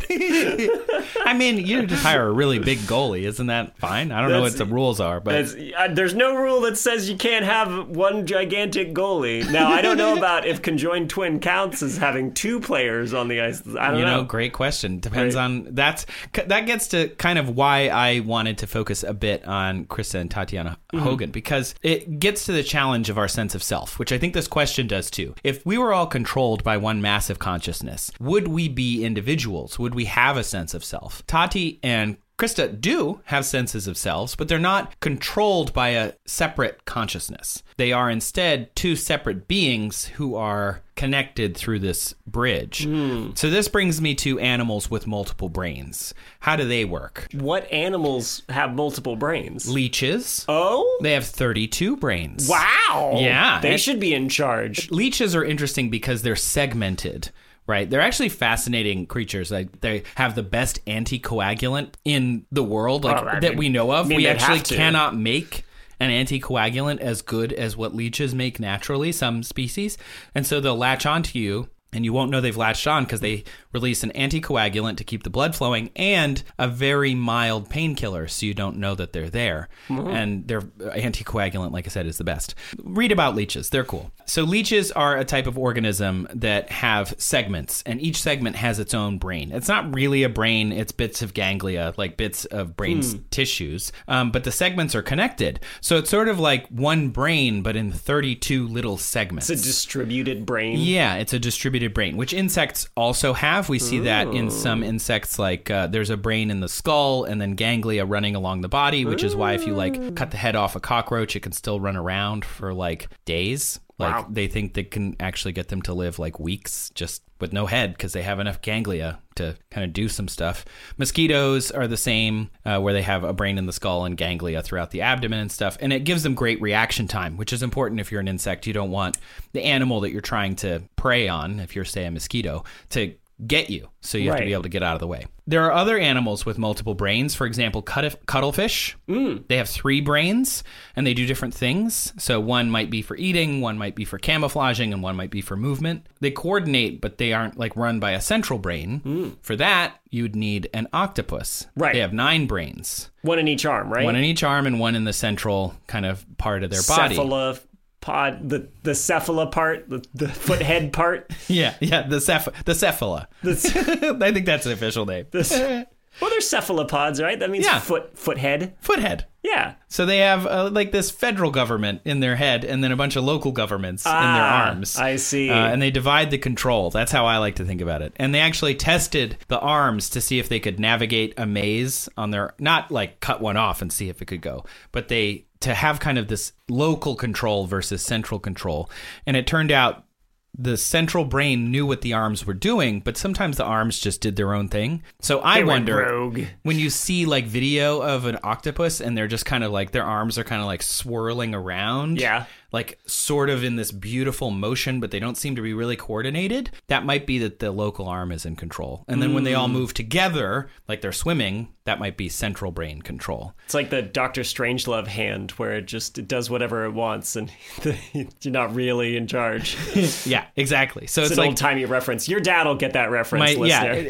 Speaker 2: I mean, you just hire a really big goalie, isn't that fine? I don't know what
Speaker 1: That's-
Speaker 2: the rules are, but
Speaker 1: It's, uh, there's no rule that says you can't have one gigantic goalie. Now, I don't know about if conjoined twin counts as having two players on the ice. I don't
Speaker 2: you know,
Speaker 1: know.
Speaker 2: great question depends
Speaker 1: Right.
Speaker 2: on that's c- that gets to kind of why i wanted to focus a bit on krista and tatiana
Speaker 1: Mm-hmm.
Speaker 2: hogan because it gets to the challenge of our sense of self which i think this question does too if we were all controlled by one massive consciousness would we be individuals would we have a sense of self tati and Krista do have senses of selves, but they're not controlled by a separate consciousness. They are instead two separate beings who are connected through this bridge.
Speaker 1: Hmm.
Speaker 2: So, this brings me to animals with multiple brains. How do they work?
Speaker 1: What animals have multiple brains?
Speaker 2: Leeches,
Speaker 1: Oh,
Speaker 2: they have 32 brains.
Speaker 1: wow.
Speaker 2: Yeah.
Speaker 1: They should be in charge.
Speaker 2: leeches are interesting because they're segmented right they're actually fascinating creatures like they have the best anticoagulant in the world like
Speaker 1: Oh, I
Speaker 2: that
Speaker 1: mean-
Speaker 2: we know of
Speaker 1: I mean,
Speaker 2: we
Speaker 1: they'd
Speaker 2: actually
Speaker 1: have to.
Speaker 2: cannot make an anticoagulant as good as what leeches make naturally some species and so they'll latch onto you and you won't know they've latched on because they release an anticoagulant to keep the blood flowing and a very mild painkiller so you don't know that they're there
Speaker 1: Mm-hmm.
Speaker 2: and their anticoagulant like i said is the best read about leeches they're cool so leeches are a type of organism that have segments and each segment has its own brain it's not really a brain it's bits of ganglia like bits of brain s- tissues um, but the segments are connected so it's sort of like one brain but in 32 little segments
Speaker 1: It's a distributed brain.
Speaker 2: yeah, it's a distributed brain, which insects also have. We see that in some insects, like uh, there's a brain in the skull and then ganglia running along the body, which is why if you like cut the head off a cockroach, it can still run around for like days. Like
Speaker 1: Wow.
Speaker 2: they think they can actually get them to live like weeks just with no head because they have enough ganglia to kind of do some stuff. Mosquitoes are the same, uh, where they have a brain in the skull and ganglia throughout the abdomen and stuff. And it gives them great reaction time, which is important if you're an insect. You don't want the animal that you're trying to prey on, if you're, say, a mosquito, to get you. So you have to
Speaker 1: Right.
Speaker 2: be able to get out of the way. There are other animals with multiple brains. For example, cuttif- cuttlefish. They have three brains and they do different things. So one might be for eating, one might be for camouflaging, and one might be for movement. They coordinate, but they aren't like run by a central brain. For that, you'd need an octopus.
Speaker 1: Right.
Speaker 2: They have nine brains,
Speaker 1: One in each arm, right?
Speaker 2: one in each arm and one in the central kind of part of their body.
Speaker 1: Cephalopod, the, the cephala part, the, the foot head part.
Speaker 2: Yeah, yeah, the ceph- the cephala. I think that's the official name.
Speaker 1: Well, they're cephalopods, right? That means
Speaker 2: Yeah.
Speaker 1: foot, foot head.
Speaker 2: Foothead.
Speaker 1: Yeah.
Speaker 2: So they have uh, like this federal government in their head, and then a bunch of local governments in their
Speaker 1: Ah,
Speaker 2: arms.
Speaker 1: I see.
Speaker 2: Uh, and they divide the control. That's how I like to think about it. And they actually tested the arms to see if they could navigate a maze on their not like cut one off and see if it could go, but they to have kind of this local control versus central control. And it turned out the central brain knew what the arms were doing, but sometimes the arms just did their own thing. So I
Speaker 1: went
Speaker 2: wonder
Speaker 1: rogue.
Speaker 2: when you see like video of an octopus and they're just kind of like their arms are kind of like swirling around.
Speaker 1: Yeah.
Speaker 2: like sort of in this beautiful motion, but they don't seem to be really coordinated, that might be that the local arm is in control. And then when they all
Speaker 1: Mm.
Speaker 2: move together, like they're swimming, that might be central brain control.
Speaker 1: It's like the Doctor Strangelove hand, where it just it does whatever it wants, and you're not really in charge. It's,
Speaker 2: Yeah, exactly. So it's,
Speaker 1: an
Speaker 2: like
Speaker 1: old timey reference. Your dad will get that reference,
Speaker 2: My- yeah,
Speaker 1: listener.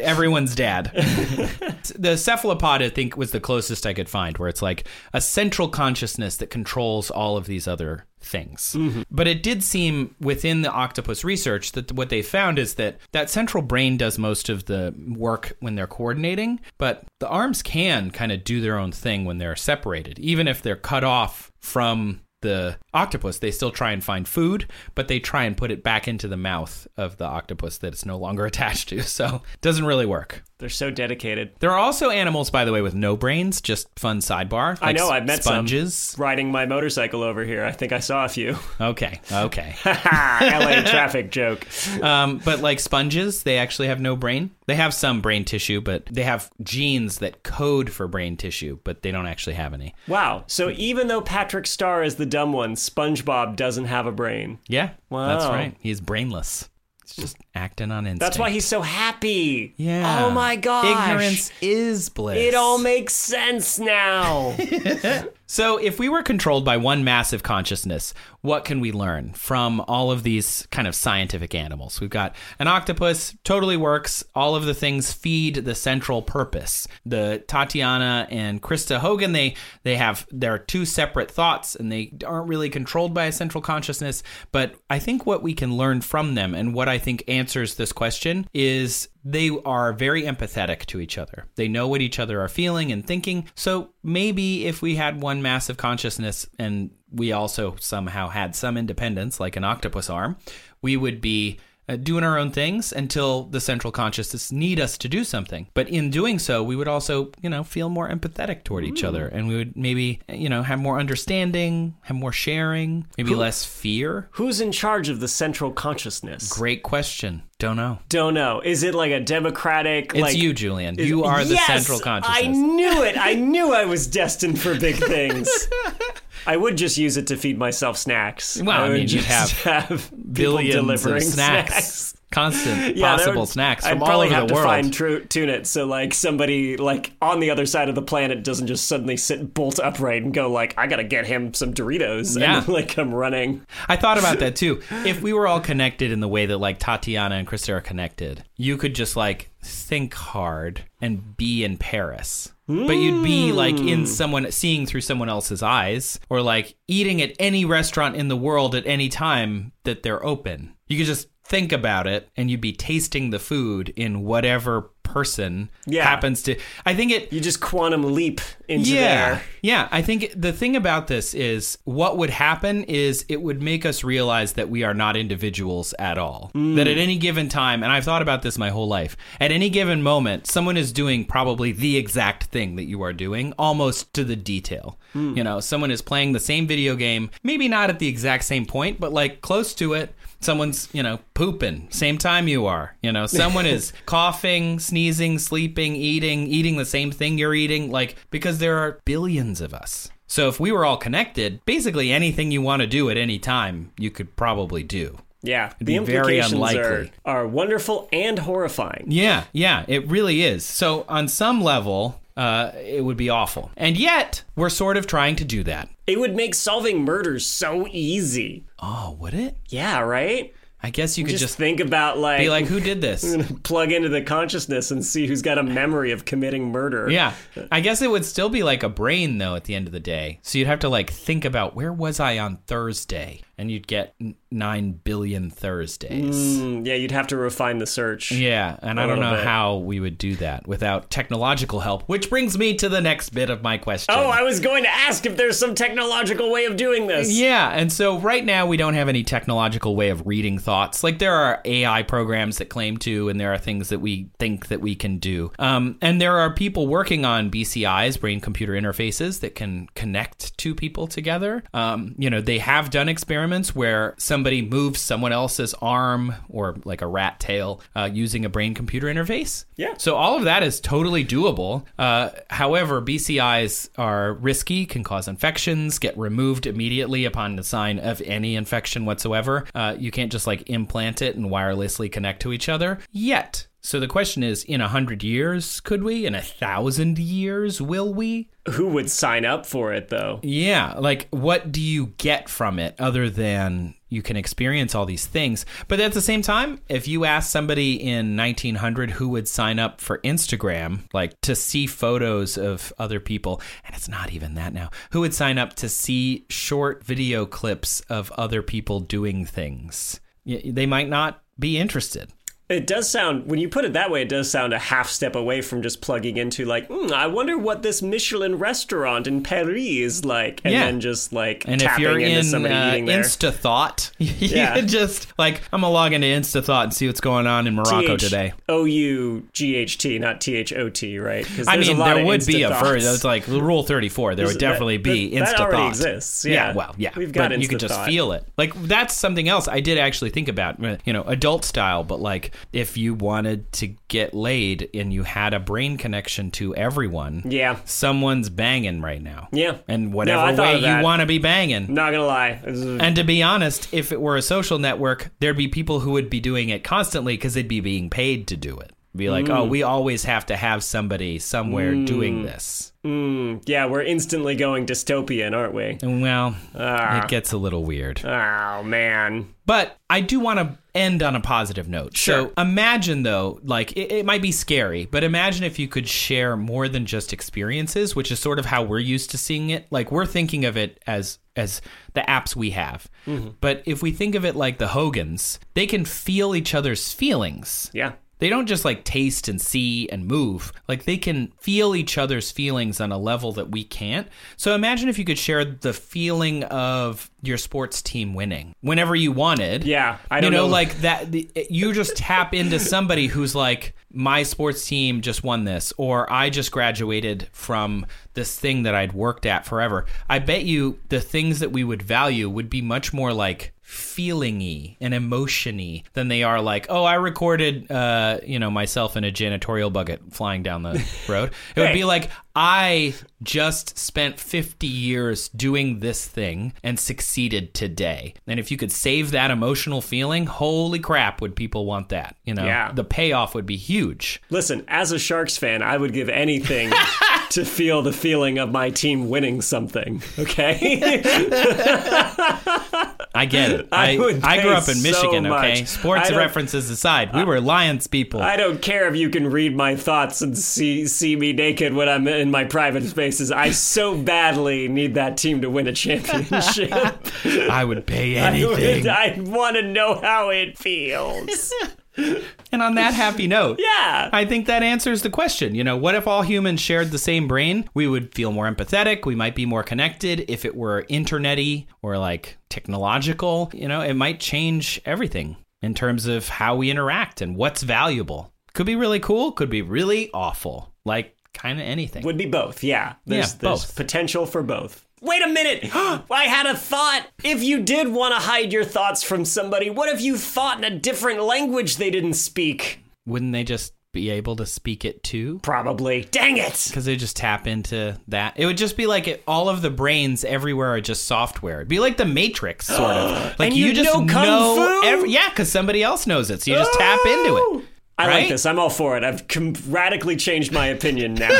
Speaker 2: everyone's dad. the cephalopod, I think, was the closest I could find, where it's like a central consciousness that controls all of these other things. But it did seem within the octopus research that what they found is that that central brain does most of the work when they're coordinating, but the arms can kind of do their own thing when they're separated, even if they're cut off from the octopus. They still try and find food, but they try and put it back into the mouth of the octopus that it's no longer attached to. So it doesn't really work.
Speaker 1: They're so dedicated.
Speaker 2: There are also animals, by the way, with no brains. Just fun sidebar.
Speaker 1: I
Speaker 2: like
Speaker 1: know.
Speaker 2: s-
Speaker 1: I've met
Speaker 2: sponges.
Speaker 1: some riding my motorcycle over here. I think I saw a few.
Speaker 2: Okay, okay.
Speaker 1: LA traffic joke.
Speaker 2: um, but like sponges, they actually have no brain. They have some brain tissue, but they have genes that code for brain tissue, but they don't actually have any.
Speaker 1: Wow. So even though Patrick Starr is the dumb one, SpongeBob doesn't have a brain.
Speaker 2: Yeah, that's
Speaker 1: Wow.
Speaker 2: right. He's brainless. He's just acting on instinct.
Speaker 1: That's why he's so happy.
Speaker 2: Yeah.
Speaker 1: Oh my gosh.
Speaker 2: Ignorance is bliss.
Speaker 1: It all makes sense now.
Speaker 2: So, if we were controlled by one massive consciousness, what can we learn from all of these kind of scientific animals? We've got an octopus, totally works. All of the things feed the central purpose. The Tatiana and Krista Hogan, they they have their two separate thoughts, and they aren't really controlled by a central consciousness. But I think what we can learn from them, and what I think answers this question, is they are very empathetic to each other. They know what each other are feeling and thinking. So maybe if we had one massive consciousness and we also somehow had some independence, like an octopus arm, we would be uh, doing our own things until the central consciousness need us to do something. But in doing so, we would also, you know, feel more empathetic toward
Speaker 1: Hmm.
Speaker 2: each other, and we would maybe, you know, have more understanding, have more sharing, maybe less fear.
Speaker 1: Who's in charge of the central consciousness?
Speaker 2: Great question. Don't know.
Speaker 1: Don't know. Is it like a democratic?
Speaker 2: It's
Speaker 1: like
Speaker 2: you, Julian. You are the
Speaker 1: Yes!
Speaker 2: central consciousness.
Speaker 1: I knew it. I knew I was destined for big things. I would just use it to feed myself snacks.
Speaker 2: Well, I
Speaker 1: would
Speaker 2: mean, you'd
Speaker 1: just
Speaker 2: have
Speaker 1: have people
Speaker 2: billions
Speaker 1: delivering
Speaker 2: of snacks, constant
Speaker 1: Yeah, that
Speaker 2: possible
Speaker 1: would-
Speaker 2: snacks
Speaker 1: I'd
Speaker 2: from all
Speaker 1: probably
Speaker 2: over
Speaker 1: have
Speaker 2: the
Speaker 1: to
Speaker 2: world.
Speaker 1: Find tru- tune it so like somebody like on the other side of the planet doesn't just suddenly sit bolt upright and go like I gotta get him some Doritos
Speaker 2: Yeah.
Speaker 1: and like come running.
Speaker 2: I thought about that too. If we were all connected in the way that like Tatiana and Krista are connected, you could just like think hard and be in Paris. But you'd be like
Speaker 1: Mm.
Speaker 2: in someone seeing through someone else's eyes or like eating at any restaurant in the world at any time that they're open. You could just think about it and you'd be tasting the food in whatever person
Speaker 1: Yeah.
Speaker 2: happens to I think it
Speaker 1: You just quantum leap into
Speaker 2: yeah.
Speaker 1: there.
Speaker 2: Yeah, I think the thing about this is what would happen is it would make us realize that we are not individuals at all.
Speaker 1: Mm.
Speaker 2: That at any given time, and I've thought about this my whole life, at any given moment, someone is doing probably the exact thing that you are doing almost to the detail.
Speaker 1: Mm.
Speaker 2: You know, someone is playing the same video game, maybe not at the exact same point, but like close to it. Someone's, you know, pooping, same time you are. You know, someone is coughing, sneezing, sleeping, eating, eating the same thing you're eating, like, because there are billions of us. So if we were all connected, basically anything you want to do at any time, you could probably do.
Speaker 1: Yeah, the
Speaker 2: be very
Speaker 1: implications
Speaker 2: unlikely.
Speaker 1: Are, are wonderful and horrifying.
Speaker 2: Yeah, yeah, it really is. So on some level, uh, it would be awful. And yet, we're sort of trying to do that.
Speaker 1: It would make solving murders so easy.
Speaker 2: Oh, would it?
Speaker 1: Yeah, right?
Speaker 2: I guess you could
Speaker 1: Just,
Speaker 2: just,
Speaker 1: think about like,
Speaker 2: be like, who did this?
Speaker 1: plug into the consciousness and see who's got a memory of committing murder.
Speaker 2: Yeah. I guess it would still be like a brain though at the end of the day. So you'd have to like think about where was I on Thursday? And you'd get n- 9 billion Thursdays.
Speaker 1: Mm, yeah, you'd have to refine the search.
Speaker 2: Yeah, and I I don't
Speaker 1: little
Speaker 2: know
Speaker 1: bit.
Speaker 2: how we would do that without technological help, which brings me to the next bit of my question.
Speaker 1: Oh, I was going to ask if there's some technological way of doing this.
Speaker 2: Yeah, and so right now we don't have any technological way of reading thoughts. Like there are AI programs that claim to, and there are things that we think that we can do. Um, and there are people working on BCIs, brain computer interfaces, that can connect two people together. Um, you know, they have done experiments experiments where somebody moves someone else's arm or like a rat tail uh, using a brain computer interface.
Speaker 1: Yeah.
Speaker 2: So all of that is totally doable. Uh, however, BCIs are risky, can cause infections, get removed immediately upon the sign of any infection whatsoever. Uh, you can't just like implant it and wirelessly connect to each other yet. So the question is, in a hundred years, could we? In a thousand years, will we?
Speaker 1: Who would sign up for it though?
Speaker 2: Yeah, like what do you get from it other than you can experience all these things? But at the same time, if you ask somebody in 1900 who would sign up for Instagram, like to see photos of other people, and it's not even that now, who would sign up to see short video clips of other people doing things? Y- They might not be interested.
Speaker 1: It does sound, when you put it that way, it does sound a half step away from just plugging into, like, mm, I wonder what this Michelin restaurant in Paris is like. And
Speaker 2: Yeah.
Speaker 1: then just like
Speaker 2: And if
Speaker 1: tapping
Speaker 2: you're
Speaker 1: into
Speaker 2: in
Speaker 1: somebody
Speaker 2: uh,
Speaker 1: eating there.
Speaker 2: InstaThought, you
Speaker 1: Yeah.
Speaker 2: just like I'm gonna log into InstaThought and see what's going on in Morocco today.
Speaker 1: O U G H T, not T H O T, right? 'Cause
Speaker 2: I
Speaker 1: there's a
Speaker 2: mean,
Speaker 1: lot
Speaker 2: there
Speaker 1: of
Speaker 2: would be a
Speaker 1: Insta
Speaker 2: version.
Speaker 1: thoughts.
Speaker 2: It's like Rule 34. There would
Speaker 1: That-
Speaker 2: definitely be
Speaker 1: that-
Speaker 2: instant
Speaker 1: that already
Speaker 2: thought.
Speaker 1: exists, yeah.
Speaker 2: well, yeah.
Speaker 1: We've got
Speaker 2: but you could just
Speaker 1: instant thought.
Speaker 2: feel it. Like that's something else I did actually think about, uh, you know, adult style, but like if you wanted to get laid and you had a brain connection to everyone,
Speaker 1: Yeah.
Speaker 2: someone's banging right now.
Speaker 1: Yeah.
Speaker 2: And
Speaker 1: No,
Speaker 2: whatever
Speaker 1: I thought
Speaker 2: way
Speaker 1: of that.
Speaker 2: you want to be banging.
Speaker 1: Not gonna lie. This is-
Speaker 2: And to be honest, if it were a social network, there'd be people who would be doing it constantly because they'd be being paid to do it. Be like, oh, we always have to have somebody somewhere doing this.
Speaker 1: yeah, we're instantly going dystopian, aren't we?
Speaker 2: And well, it gets a little weird.
Speaker 1: Oh, man.
Speaker 2: But I do want to end on a positive note.
Speaker 1: Sure.
Speaker 2: So imagine, though, like it, it might be scary, but imagine if you could share more than just experiences, which is sort of how we're used to seeing it. Like we're thinking of it as as the apps we have.
Speaker 1: Mm-hmm.
Speaker 2: But if we think of it like the Hogans, they can feel each other's feelings.
Speaker 1: Yeah.
Speaker 2: They don't just like taste and see and move. Like they can feel each other's feelings on a level that we can't. So imagine if you could share the feeling of your sports team winning whenever you wanted.
Speaker 1: Yeah, I don't
Speaker 2: you know,
Speaker 1: know.
Speaker 2: like that. the- You just tap into somebody who's like, my sports team just won this, or I just graduated from this thing that I'd worked at forever. I bet you the things that we would value would be much more like feelingy and emotiony than they are like, oh, I recorded, uh, you know, myself in a janitorial bucket flying down the road. It would
Speaker 1: Hey.
Speaker 2: be like, I just spent 50 years doing this thing and succeeded today. And if you could save that emotional feeling, holy crap, would people want that? You know,
Speaker 1: Yeah.
Speaker 2: the payoff would be huge.
Speaker 1: Listen, as a Sharks fan, I would give anything to feel the feeling of my team winning something, okay?
Speaker 2: I get it.
Speaker 1: I
Speaker 2: I,
Speaker 1: would
Speaker 2: I, grew
Speaker 1: pay
Speaker 2: up in
Speaker 1: so
Speaker 2: Michigan, okay?
Speaker 1: much. I
Speaker 2: Sports
Speaker 1: don't-
Speaker 2: references aside, we were Lions people.
Speaker 1: I don't care if you can read my thoughts and see see me naked when I'm in my private spaces. I so badly need that team to win a championship.
Speaker 2: I would pay
Speaker 1: I,
Speaker 2: anything.
Speaker 1: would- I want to know how it feels.
Speaker 2: and on that happy note,
Speaker 1: Yeah.
Speaker 2: I think that answers the question. You know, what if all humans shared the same brain? We would feel more empathetic. We might be more connected. If it were internety or like technological, you know, it might change everything in terms of how we interact and what's valuable. Could be really cool. Could be really awful. Like kind of anything.
Speaker 1: Would be both, yeah. There's,
Speaker 2: Yeah,
Speaker 1: there's
Speaker 2: both.
Speaker 1: potential for both. Wait a minute! I had a thought! If you did want to hide your thoughts from somebody, what if you thought in a different language they didn't speak?
Speaker 2: Wouldn't they just be able to speak it too?
Speaker 1: Probably. Dang it!
Speaker 2: Because they just tap into that. It would just be like it, all of the brains everywhere are just software. It'd be like the Matrix, sort of. Like
Speaker 1: And you
Speaker 2: just
Speaker 1: know Kung Fu? Oh!
Speaker 2: every- yeah, because somebody else knows it, so you just tap into it.
Speaker 1: I like
Speaker 2: Right?
Speaker 1: this. I'm all for it. I've com- radically changed my opinion now.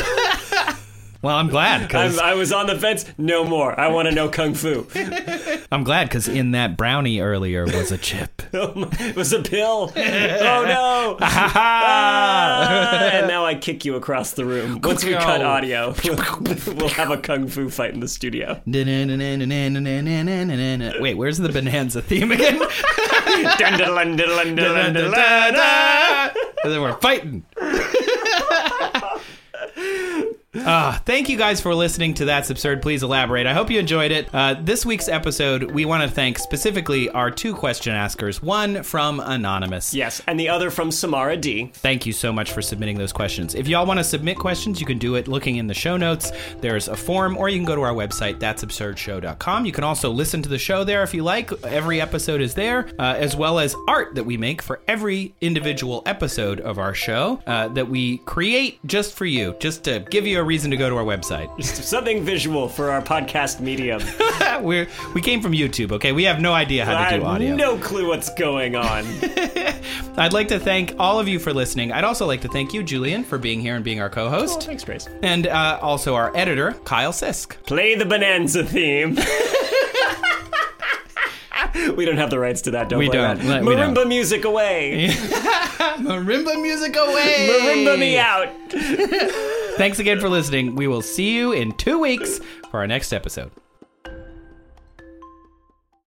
Speaker 2: Well, I'm glad
Speaker 1: I'm,
Speaker 2: because I'm,
Speaker 1: I was on the fence. No more. I want to know kung fu.
Speaker 2: glad because in that brownie earlier was a chip.
Speaker 1: it was a pill. Oh no! Ah, and now I kick you across the room. Once we cut audio, we'll have a kung fu fight in the studio.
Speaker 2: Wait, where's the Bonanza theme again?
Speaker 1: Dun, dun, dun, dun, dun, dun, dun, dun, dun.
Speaker 2: And then we're fighting. Uh, thank you guys for listening to That's Absurd. Please elaborate. I hope you enjoyed it. Uh, this week's episode, we want to thank specifically our two question askers, one from Anonymous.
Speaker 1: Yes, and the other from Samara D.
Speaker 2: Thank you so much for submitting those questions. If y'all want to submit questions, you can do it looking in the show notes. There's a form, or you can go to our website, that'sabsurdshow.com. You can also listen to the show there if you like. Every episode is there, uh, as well as art that we make for every individual episode of our show uh, that we create just for you, just to give you a reason to go to our website.
Speaker 1: Something visual for our podcast medium.
Speaker 2: We're, we came from YouTube, okay? We have no idea how
Speaker 1: I
Speaker 2: to
Speaker 1: have
Speaker 2: do audio.
Speaker 1: no clue what's going on.
Speaker 2: I'd like to thank all of you for listening. I'd also like to thank you, Julian, for being here and being our co
Speaker 1: oh,
Speaker 2: host.
Speaker 1: thanks, Grace.
Speaker 2: and uh, also our editor, Kyle Sisk.
Speaker 1: Play the Bonanza theme. we don't have the rights to that, don't
Speaker 2: We
Speaker 1: worry
Speaker 2: don't.
Speaker 1: about it.
Speaker 2: No, we don't.
Speaker 1: Marimba music away.
Speaker 2: Marimba music away!
Speaker 1: Marimba me out.
Speaker 2: Thanks again for listening. We will see you in two weeks for our next episode.